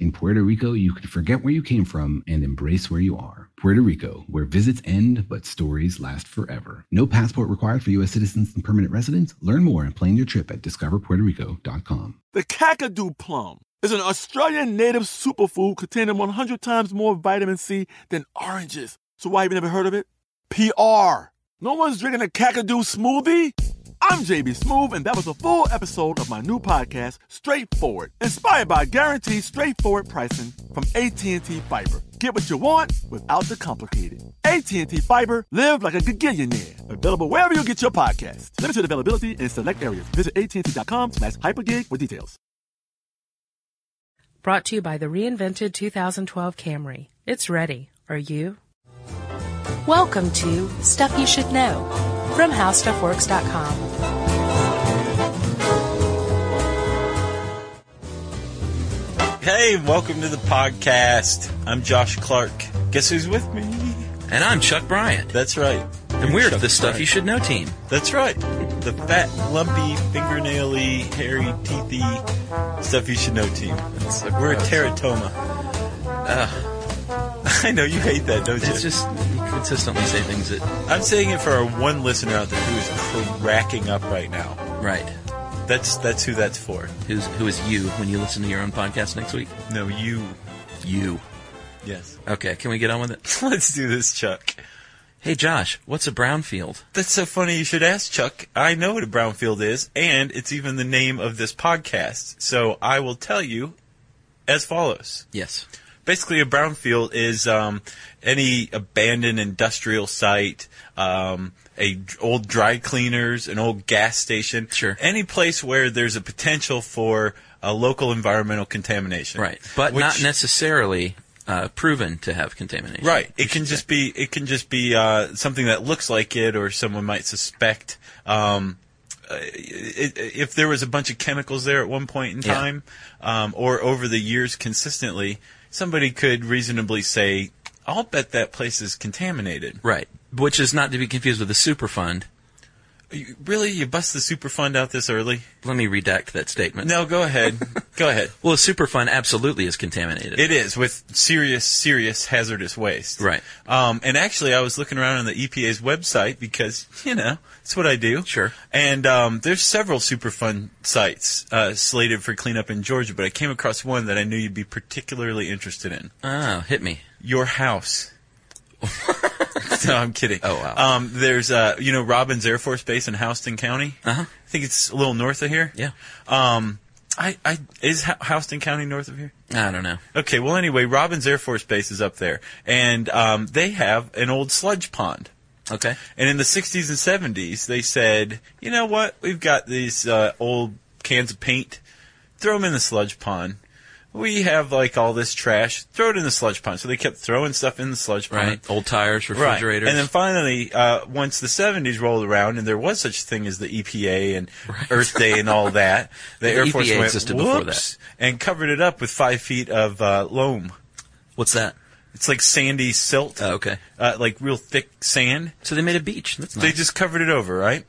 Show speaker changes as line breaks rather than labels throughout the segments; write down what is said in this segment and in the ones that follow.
In Puerto Rico, you can forget where you came from and embrace where you are. Puerto Rico, where visits end but stories last forever. No passport required for U.S. citizens and permanent residents. Learn more and plan your trip at discoverpuertorico.com.
The Kakadu plum is an Australian native superfood containing 100 times more vitamin C than oranges. So why have you never heard of it? PR. No one's drinking a Kakadu smoothie? I'm JB Smooth, and that was a full episode of my new podcast, Straightforward, inspired by guaranteed straightforward pricing from AT&T Fiber. Get what you want without the complicated. AT&T Fiber, live like a gigillionaire. Available wherever you get your podcast. Limited availability in select areas. Visit AT&T.com slash hypergig for details.
Brought to you by the reinvented 2012 Camry. It's ready. Are you? Welcome to Stuff You Should Know from HowStuffWorks.com.
Hey, welcome to the podcast. I'm Josh Clark. Guess who's with me?
And I'm Chuck Bryant.
That's right.
And we're the Stuff
Bryant.
You Should Know team.
That's right. The fat, lumpy, fingernaily, hairy, teethy stuff you should know team.
That's so
We're a
gross.
teratoma. I know you hate that, don't you?
It's just you consistently say things that.
I'm saying it for our one listener out there who is cracking up right now.
Right.
That's that's who that's for.
Who's, who is you when you listen to your own podcast next week?
No, you.
You.
Yes.
Okay, can we get on with it?
Let's do this, Chuck.
Hey, Josh, what's a brownfield?
That's so funny you should ask, Chuck. I know what a brownfield is, and it's even the name of this podcast. So I will tell you as follows.
Yes.
Basically, a brownfield is um, any abandoned industrial site, um, a d- old dry cleaners, an old gas station,
Sure.
any place where there's a potential for a local environmental contamination.
Right. But not
Which-
necessarily uh, proven to have contamination.
Right.
We
It can
should
just
say.
be it can just be uh, something that looks like it, or someone might suspect. Um, uh, i- i- if there was a bunch of chemicals there at one point in
Yeah.
time, um, or over the years consistently, somebody could reasonably say, "I'll bet that place is contaminated."
Right. Which is not to be confused with a superfund.
You- Really, you bust the superfund out this early?
Let me redact that statement.
No, go ahead, go ahead.
Well, a superfund absolutely is contaminated.
It is with serious, serious hazardous waste.
Right.
Um, and actually, I was looking around on the EPA's website because you know it's what I do.
Sure.
And um, there's several Superfund sites uh, slated for cleanup in Georgia, but I came across one that I knew you'd be particularly interested in.
oh, hit me.
Your house. no, I'm kidding.
Oh, wow.
Um, there's uh, you know Robbins Air Force Base in Houston County.
Uh-huh.
I think it's a little north of here.
Yeah.
Um, I, I is Ho- Houston County north of here?
I don't know.
Okay, well, anyway, Robbins Air Force Base is up there, and um, they have an old sludge pond.
Okay.
And in the 60s and 70s, they said, you know what? We've got these uh, old cans of paint. Throw them in the sludge pond. We have like all this trash. Throw it in the sludge pond. So they kept throwing stuff in the sludge pond.
Right. Old tires, refrigerators.
Right. And then finally, uh, once the 70s rolled around and there was such a thing as the EPA and Earth Day and all that, the,
The
Air Force
EPA
went,
existed before that.
"Whoops," and covered it up with five feet of uh, loam.
What's that?
It's like sandy silt,
Oh, okay.
uh, like real thick sand.
So they made a beach. That's nice.
They just covered it over, right?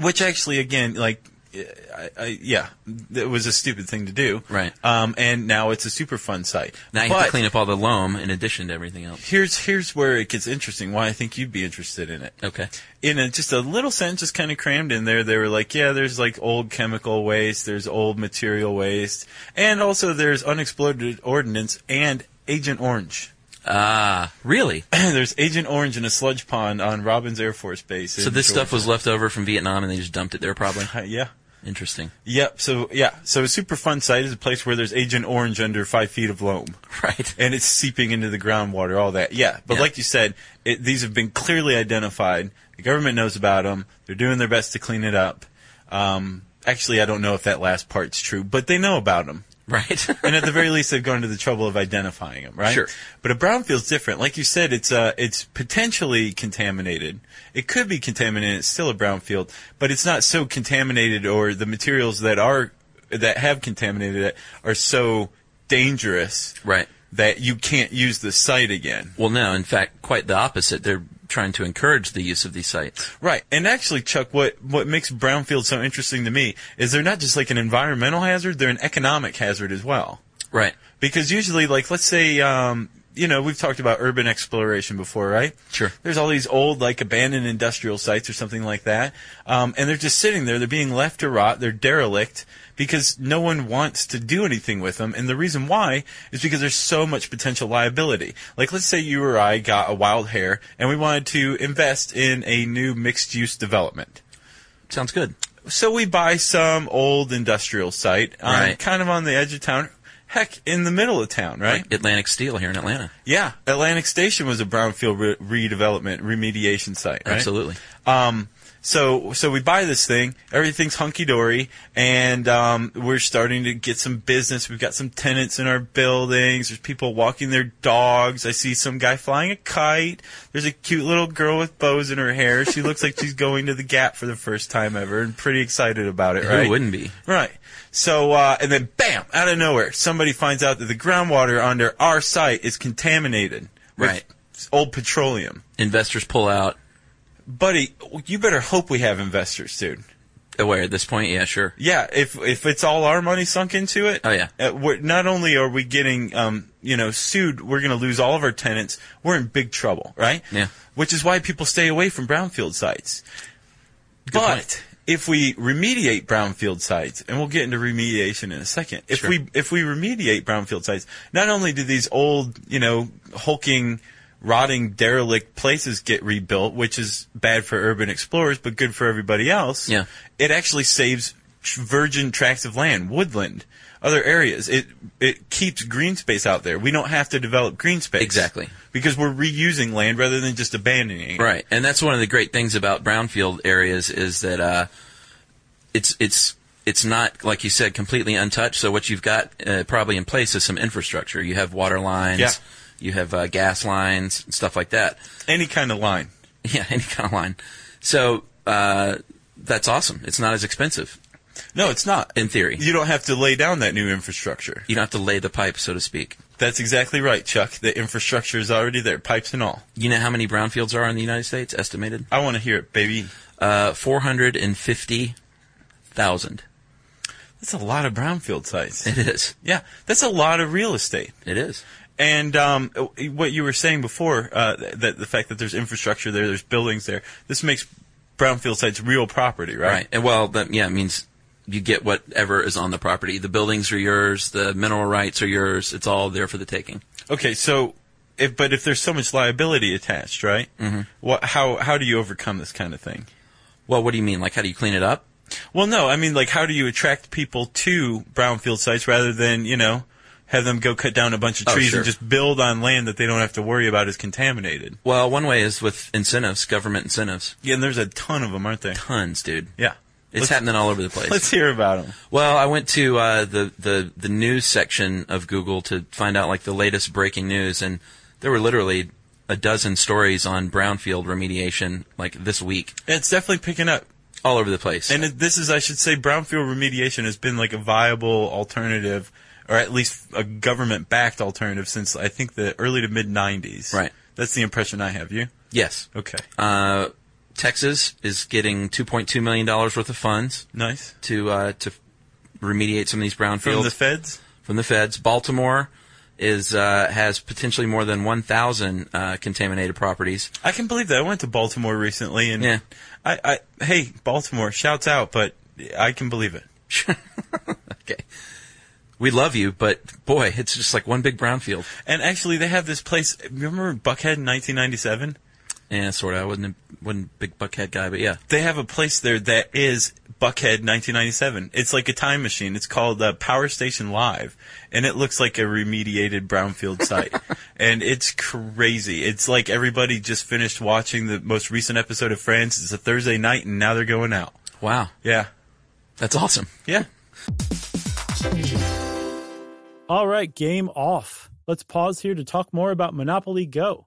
Which actually, again, like, I, I, yeah, it was a stupid thing to do.
Right.
Um, and now it's a Superfund site.
now you
but
have to clean up all the loam in addition to everything else.
Here's here's where it gets interesting. Why I think you'd be interested in it.
Okay.
in a, just a little sentence, just kind of crammed in there. They were like, yeah, there's like old chemical waste, there's old material waste, and also there's unexploded ordnance and Agent Orange.
Ah, really?
there's Agent Orange in a sludge pond on Robbins Air Force Base.
So
in
this
Georgia.
stuff was left over from Vietnam and they just dumped it there probably?
Uh, yeah.
Interesting.
Yep. So yeah. So a super fun site is a place where there's Agent Orange under five feet of loam.
Right.
and it's seeping into the groundwater, all that. Yeah, but
Yeah.
like you said, it, these have been clearly identified. The government knows about them. They're doing their best to clean it up. Um, actually, I don't know if that last part's true, but they know about them.
Right.
and at the very least, they've gone to the trouble of identifying them, right?
Sure.
But a brownfield's different. Like you said, it's uh, it's potentially contaminated. It could be contaminated. It's still a brownfield, but it's not so contaminated, or the materials that are that have contaminated it are so dangerous
right.
that you can't use the site again.
Well, no, in fact, quite the opposite. They're trying to encourage the use of these sites.
Right. And actually, Chuck, what, what makes brownfield so interesting to me is they're not just like an environmental hazard, they're an economic hazard as well.
Right.
Because usually, like, let's say, um, you know, we've talked about urban exploration before, right?
Sure.
There's all these old, like, abandoned industrial sites or something like that. Um, and they're just sitting there. They're being left to rot. They're derelict because no one wants to do anything with them. And the reason why is because there's so much potential liability. Like, let's say you or I got a wild hair and we wanted to invest in a new mixed use development.
Sounds good.
So we buy some old industrial site, um,
Right.
kind of on the edge of town. Heck, in the middle of town, right?
Like Atlantic Steel here in Atlanta.
Yeah, Atlantic Station was a brownfield re- redevelopment remediation site. Right?
Absolutely.
Um, so so we buy this thing, everything's hunky dory, and um, we're starting to get some business. We've got some tenants in our buildings. There's people walking their dogs. I see some guy flying a kite. There's a cute little girl with bows in her hair. She looks like she's going to the Gap for the first time ever, and pretty excited about it. right?
Who wouldn't be?
Right. So, uh, and then bam, out of nowhere, somebody finds out that the groundwater under our site is contaminated with
Right.
old petroleum.
Investors pull out.
Buddy, you better hope we have investors, dude.
Aware at this point? Yeah, sure.
Yeah, if if it's all our money sunk into it,
Oh, yeah.
uh, we're, not only are we getting um, you know sued, we're going to lose all of our tenants. We're in big trouble, right?
Yeah.
Which is why people stay away from brownfield sites. but
point.
if we remediate brownfield sites, and we'll get into remediation in a second, if
Sure.
we if we remediate brownfield sites, not only do these old you know hulking rotting derelict places get rebuilt which is bad for urban explorers but good for everybody else
Yeah.
it actually saves tr- virgin tracts of land, woodland, other areas. It it keeps green space out there. We don't have to develop green space
Exactly.
because we're reusing land rather than just abandoning it.
Right, and that's one of the great things about brownfield areas is that uh, it's it's it's not like you said completely untouched. So what you've got uh, probably in place is some infrastructure. You have water lines,
Yeah.
you have uh, gas lines, and stuff like that.
Any kind of line.
Yeah, any kind of line. So uh, that's awesome. It's not as expensive
No, it's not.
in theory.
You don't have to lay down that new infrastructure.
You don't have to lay the pipe, so to speak.
That's exactly right, Chuck. The infrastructure is already there, pipes and all.
You know how many brownfields are in the United States? Estimated
I want to hear it, baby.
uh, four hundred and fifty thousand.
That's a lot of brownfield sites.
It is.
Yeah, that's a lot of real estate.
It is.
And um, what you were saying before, uh, that the fact that there's infrastructure there, there's buildings there, this makes brownfield sites real property, right?
Right. And well, that yeah it means you get whatever is on the property. The buildings are yours. The mineral rights are yours. It's all there for the taking.
Okay, so, if, but if there's so much liability attached, right? Mm-hmm. What, how how do you overcome this kind of thing?
Well, what do you mean? Like, how do you clean it up?
Well, no, I mean, like, how do you attract people to brownfield sites rather than you know have them go cut down a bunch of
Oh,
trees
sure.
and just build on land that they don't have to worry about is contaminated?
Well, one way is with incentives, government incentives.
Yeah, and there's a ton of them, aren't there?
Tons, dude.
Yeah,
It's
Let's-
happening all over the place.
Let's hear about them.
Well, I went to uh, the, the the news section of Google to find out like the latest breaking news, and there were literally a dozen stories on brownfield remediation like this week,
It's definitely picking up.
all over the place.
And it- this is, I should say, brownfield remediation has been like a viable alternative, or at least a government-backed alternative since I think the early to mid '90s.
Right.
That's the impression I have. You?
yes,
Okay.
uh, Texas is getting 2.2 million dollars worth of funds.
nice.
to uh, to remediate some of these
From
brownfields
the feds.
from the feds. Baltimore is uh, has potentially more than 1,000 uh, contaminated properties.
I can believe that. I went to Baltimore recently, and
Yeah.
I, I, hey, Baltimore, shouts out, but I can believe it.
Okay, we love you, but boy, it's just like one big brownfield.
And actually, they have this place. Remember Buckhead in 1997?
Yeah, sort of. I wasn't a, wasn't a big buckhead guy, but yeah,
They have a place there that is Buckhead 1997. It's like a time machine. It's called uh, Power Station Live, and it looks like a remediated brownfield site. and it's crazy. It's like everybody just finished watching the most recent episode of Friends. It's a Thursday night, and now they're going out.
wow,
Yeah,
that's awesome.
yeah.
All right, game off. Let's pause here to talk more about Monopoly Go.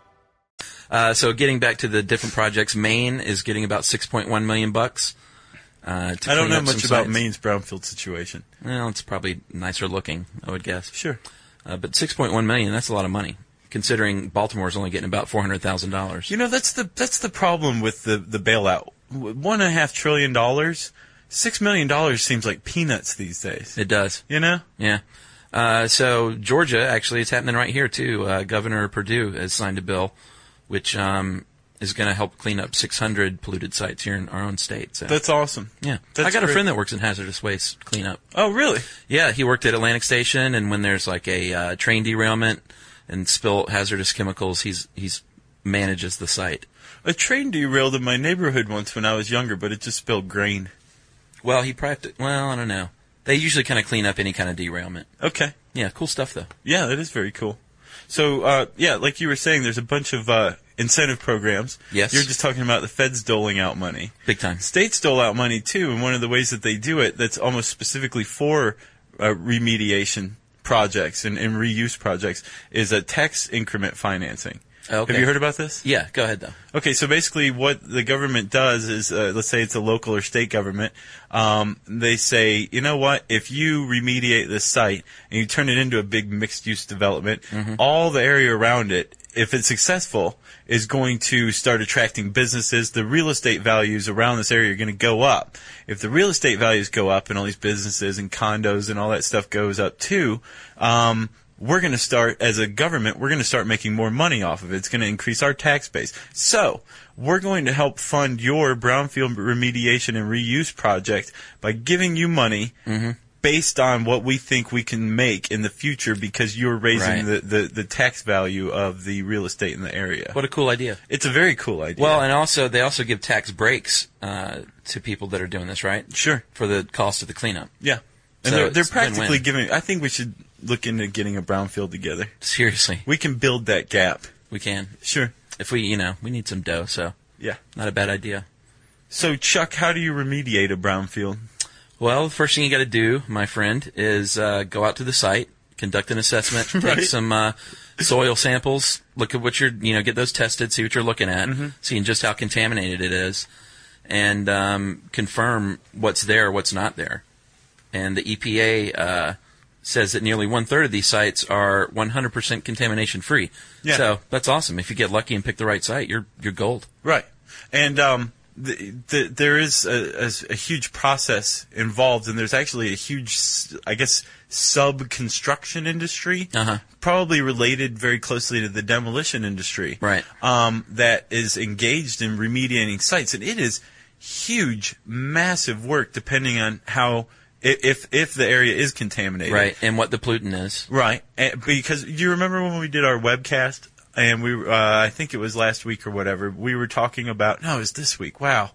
Uh, so getting back to the different projects, Maine is getting about 6.1 million bucks. Uh, to
I don't
clean
know
up
much
some
about
sites.
Maine's brownfield situation.
Well, it's probably nicer looking, I would guess.
Sure.
Uh, but 6.1 million, that's a lot of money, considering Baltimore's only getting about $400,000.
You know that's the that's the problem with the the bailout. W- One and a half trillion dollars, six million dollars seems like peanuts these days.
It does.
You know,
Yeah. Uh, so Georgia, actually, it's happening right here too. Uh, Governor Perdue has signed a bill, which um, is going to help clean up 600 polluted sites here in our own state. So
that's awesome.
yeah,
that's
I got a
great.
friend that works in hazardous waste cleanup.
Oh, really?
Yeah, he worked at Atlantic Station, and when there's like a uh, train derailment and spill hazardous chemicals, he's he's manages the site.
A train derailed in my neighborhood once when I was younger, but it just spilled grain.
Well, he practiced. Well, I don't know. They usually kind of clean up any kind of derailment.
Okay.
Yeah, cool stuff though.
Yeah, that is very cool. So, uh, yeah, like you were saying, there's a bunch of uh, incentive programs.
Yes.
You're just talking about the feds doling out money.
Big time.
States dole out money too, and one of the ways that they do it that's almost specifically for uh, remediation projects and, and reuse projects is a tax increment financing.
Okay.
Have you heard about this?
Yeah, go ahead though.
Okay, so basically, what the government does is, uh, let's say it's a local or state government, um, they say, you know what? If you remediate this site and you turn it into a big mixed-use development, all the area around it, if it's successful, is going to start attracting businesses. The real estate values around this area are going to go up. If the real estate values go up and all these businesses and condos and all that stuff goes up too, um, we're going to start as a government we're going to start making more money off of it it's going to increase our tax base so we're going to help fund your brownfield remediation and reuse project by giving you money
Mm-hmm.
based on what we think we can make in the future because you're raising the,
Right.
the, the tax value of the real estate in the area
What a cool idea.
it's a very cool idea
Well, and also they also give tax breaks uh, to people that are doing this, right?
sure
For the cost of the cleanup.
yeah and
So
they're, they're
it's win-win.
practically giving i think we should look into getting a brownfield together
Seriously,
we can build that gap
we can.
sure
If we, you know, we need some dough, so
yeah
not a bad idea.
so chuck how do you remediate a brownfield
Well, the first thing you got to do, my friend, is uh, go out to the site, conduct an assessment, take
Right.
some uh, soil samples, look at what you're, you know, get those tested, see what you're looking at,
Mm-hmm.
seeing just how contaminated it is, and um, confirm what's there, what's not there. And the EPA uh, says that nearly one third of these sites are 100% contamination free.
Yeah.
So that's awesome. If you get lucky and pick the right site, you're you're gold.
Right. And um, the, the, there is a, a, a huge process involved, and there's actually a huge, s- I guess, sub construction industry,
Uh-huh.
probably related very closely to the demolition industry,
Right.
Um, that is engaged in remediating sites, and it is huge, massive work, depending on how i- if if the area is contaminated,
Right. And what the pollutant is.
Right, and because you remember when we did our webcast, and we—I think it was last week or whatever—we were talking about. No, it was this week. Wow,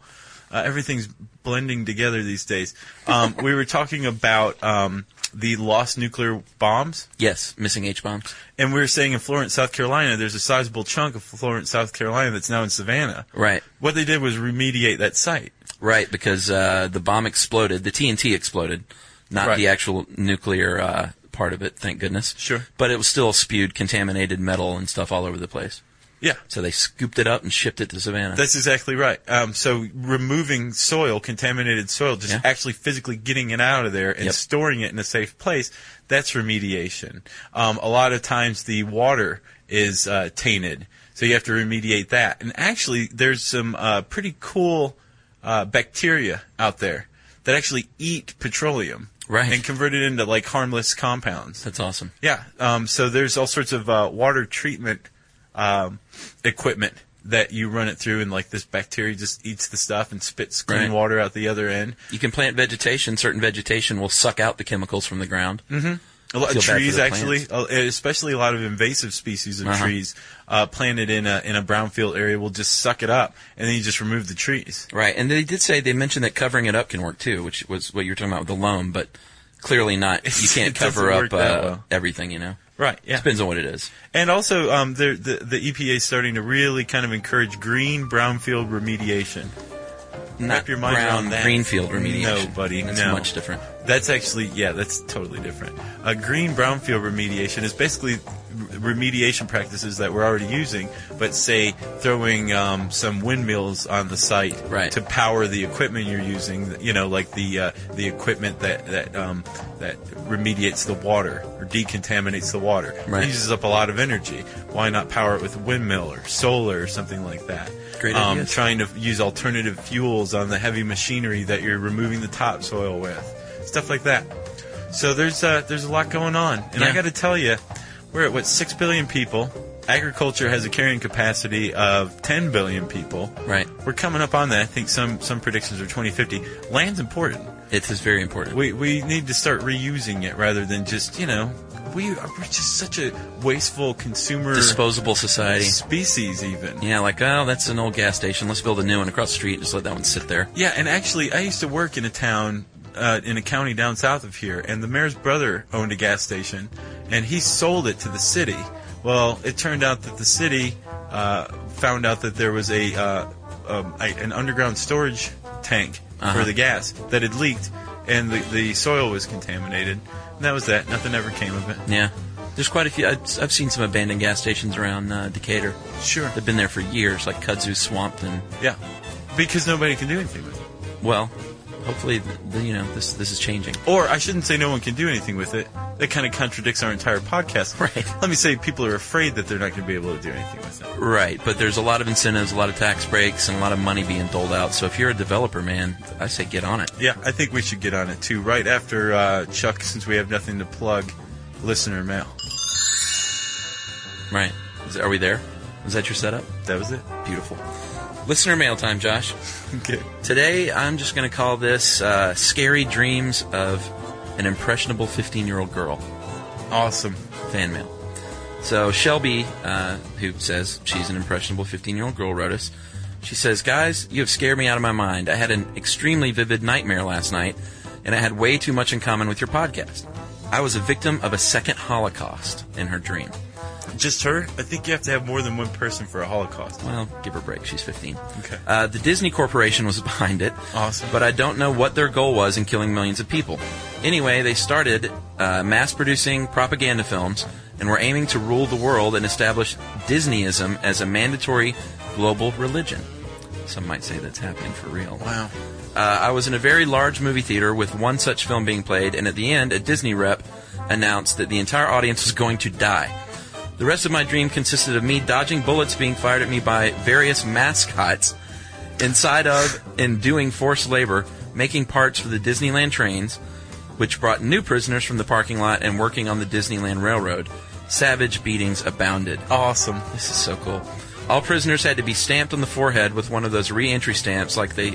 uh, everything's blending together these days. Um, we were talking about um, the lost nuclear bombs.
Yes, missing H bombs.
And we were saying in Florence, South Carolina, there's a sizable chunk of Florence, South Carolina that's now in Savannah.
Right,
What they did was remediate that site.
right, because uh, the bomb exploded. The TNT exploded, not
Right.
the actual nuclear uh, part of it. Thank goodness.
Sure.
but it was still spewed contaminated metal and stuff all over the place.
Yeah.
So they scooped it up and shipped it to Savannah.
That's exactly right. Um, so removing soil, contaminated soil, just
Yeah.
actually physically getting it out of there and
Yep.
storing it in a safe place, that's remediation. Um, a lot of times the water is uh, tainted, so you have to remediate that. And actually, there's some uh, pretty cool uh, bacteria out there that actually eat petroleum
Right.
and convert it into like harmless compounds.
That's awesome.
Yeah. Um, so there's all sorts of uh, water treatment um, equipment that you run it through, and like this bacteria just eats the stuff and spits green
Right.
water out the other end.
You can plant vegetation. Certain vegetation will suck out the chemicals from the ground.
Mm-hmm. A lot
Feel
of
bad for
trees,
the
actually, uh, especially a lot of invasive species of
Uh-huh.
trees uh, planted in a in a brownfield area will just suck it up, and then you just remove the trees.
Right, and they did say they mentioned that covering it up can work too, which was what you were talking about with the loam, but clearly not. You
It doesn't
can't cover up
work that
uh,
well.
everything, you know.
Right. Yeah.
Depends on what it is.
And also, um, the, the the EPA is starting to really kind of encourage green brownfield remediation.
Not
your mind
brown
around that.
greenfield remediation.
No, buddy,
That's
no.
much different.
That's actually, yeah, that's totally different. A green brownfield remediation is basically r- remediation practices that we're already using, but say throwing um, some windmills on the site
Right.
to power the equipment you're using. You know, like the uh, the equipment that that um, that remediates the water or decontaminates the water.
Right.
It uses up a lot of energy. Why not power it with a windmill or solar or something like that?
Great
um,
ideas.
Trying to use alternative fuels on the heavy machinery that you're removing the topsoil with, stuff like that. So there's uh, there's a lot going on, and I
Yeah.
got to tell you, we're at what six billion people. Agriculture has a carrying capacity of 10 billion people.
Right.
We're coming up on that. I think some some predictions are 2050. Land's important.
It is very important.
We we need to start reusing it rather than just you know we are we're just such a wasteful consumer
Disposable society.
species even.
Yeah, like, oh, that's an old gas station. Let's build a new one across the street and just let that one sit there.
Yeah, and actually, I used to work in a town, uh, in a county down south of here, and the mayor's brother owned a gas station, and he sold it to the city. Well, it turned out that the city uh, found out that there was a, uh, um, a an underground storage tank for
Uh-huh.
the gas that had leaked, and the, the soil was contaminated. And that was that. Nothing ever came of it.
Yeah. There's quite a few. I've, I've seen some abandoned gas stations around uh, Decatur.
Sure.
They've been there for years, like Kudzu Swamp and
Yeah, because nobody can do anything with it.
Well, hopefully, th th- you know this this is changing.
Or I shouldn't say no one can do anything with it. That kind of contradicts our entire podcast.
Right.
Let me say people are afraid that they're not going to be able to do anything with it.
Right, but there's a lot of incentives, a lot of tax breaks, and a lot of money being doled out. So if you're a developer, man, I say get on it.
Yeah, I think we should get on it too. Right after uh, Chuck, since we have nothing to plug, listener mail.
Right? Is, are we there? Is that your setup?
That was it.
Beautiful. Listener mail time, Josh.
Okay.
Today I'm just going to call this uh, "Scary Dreams of an Impressionable 15-Year-Old Girl."
Awesome.
fan mail. So Shelby, uh, who says she's an impressionable 15-year-old girl, wrote us. She says, "Guys, you have scared me out of my mind. I had an extremely vivid nightmare last night, and it had way too much in common with your podcast. I was a victim of a second Holocaust in her dream.
Just her? I think you have to have more than one person for a Holocaust.
Well, give her a break. She's 15.
Okay.
Uh, the Disney Corporation was behind it.
Awesome.
But I don't know what their goal was in killing millions of people. Anyway, they started uh, mass producing propaganda films and were aiming to rule the world and establish Disneyism as a mandatory global religion. Some might say that's happening for real.
Wow.
Uh, I was in a very large movie theater with one such film being played, and at the end, a Disney rep announced that the entire audience was going to die. The rest of my dream consisted of me dodging bullets being fired at me by various mascots inside of and doing forced labor, making parts for the Disneyland trains, which brought new prisoners from the parking lot and working on the Disneyland Railroad. Savage beatings abounded.
Awesome.
This is so cool. All prisoners had to be stamped on the forehead with one of those re-entry stamps, like they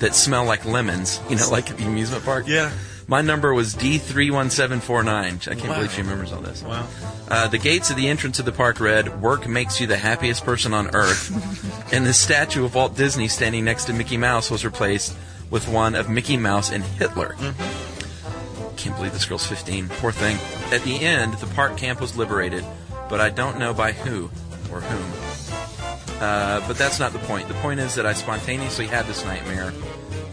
that smell like lemons. You know, like at the amusement park.
Yeah.
My number was D three one seven four nine. I can't
Wow.
believe she remembers all this.
Wow.
Uh, the gates of the entrance to the park read, "Work makes you the happiest person on earth," and the statue of Walt Disney standing next to Mickey Mouse was replaced with one of Mickey Mouse and Hitler. can't believe this girl's 15. Poor thing. At the end, the park camp was liberated, but I don't know by who or whom. Uh, but that's not the point. The point is that I spontaneously had this nightmare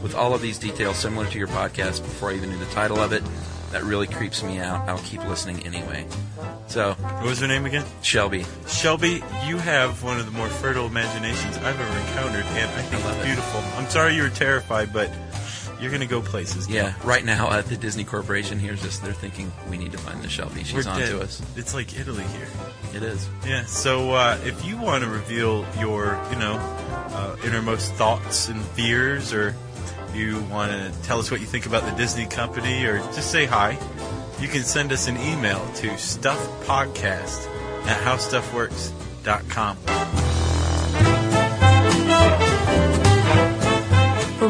with all of these details similar to your podcast before I even knew the title of it. That really creeps me out. I'll keep listening anyway. So,
What was her name again?
Shelby,
Shelby, you have one of the more fertile imaginations I've ever encountered, and I think
I love
it's
it.
beautiful. I'm sorry you were terrified, but you're going to go places. now.
yeah, right now uh, the Disney Corporation hears this. They're thinking, we need to find the Shelby.
We're
She's on
dead.
to us.
It's like Italy here.
It is.
Yeah, so uh, if you want to reveal your, you know, uh, innermost thoughts and fears, or you want to tell us what you think about the Disney company, or just say hi, you can send us an email to stuffpodcast at howstuffworks.com.
For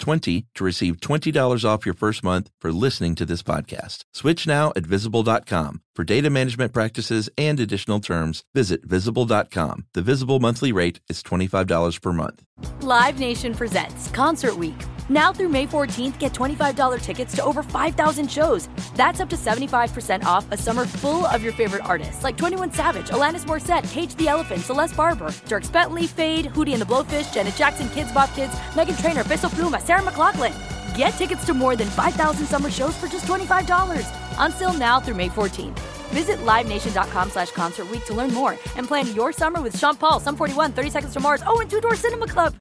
20 to receive $20 off your first month for listening to this podcast. Switch now at visible.com. For data management practices and additional terms, visit visible.com. The visible monthly rate is $25 per month.
Live Nation presents Concert Week. Now through May 14th, get $25 tickets to over 5,000 shows. That's up to 75% off a summer full of your favorite artists like 21 Savage, Alanis Morissette, Cage the Elephant, Celeste Barber, Dirks Bentley, Fade, Hootie and the Blowfish, Janet Jackson, Kids Bop Kids, Megan Trainor, Bissell Pluma, Sarah McLaughlin. Get tickets to more than 5,000 summer shows for just $25. Until now through May 14th. Visit LiveNation.com slash Concert Week to learn more and plan your summer with Sean Paul, Sum 41, 30 Seconds to Mars, oh, and Two Door Cinema Club.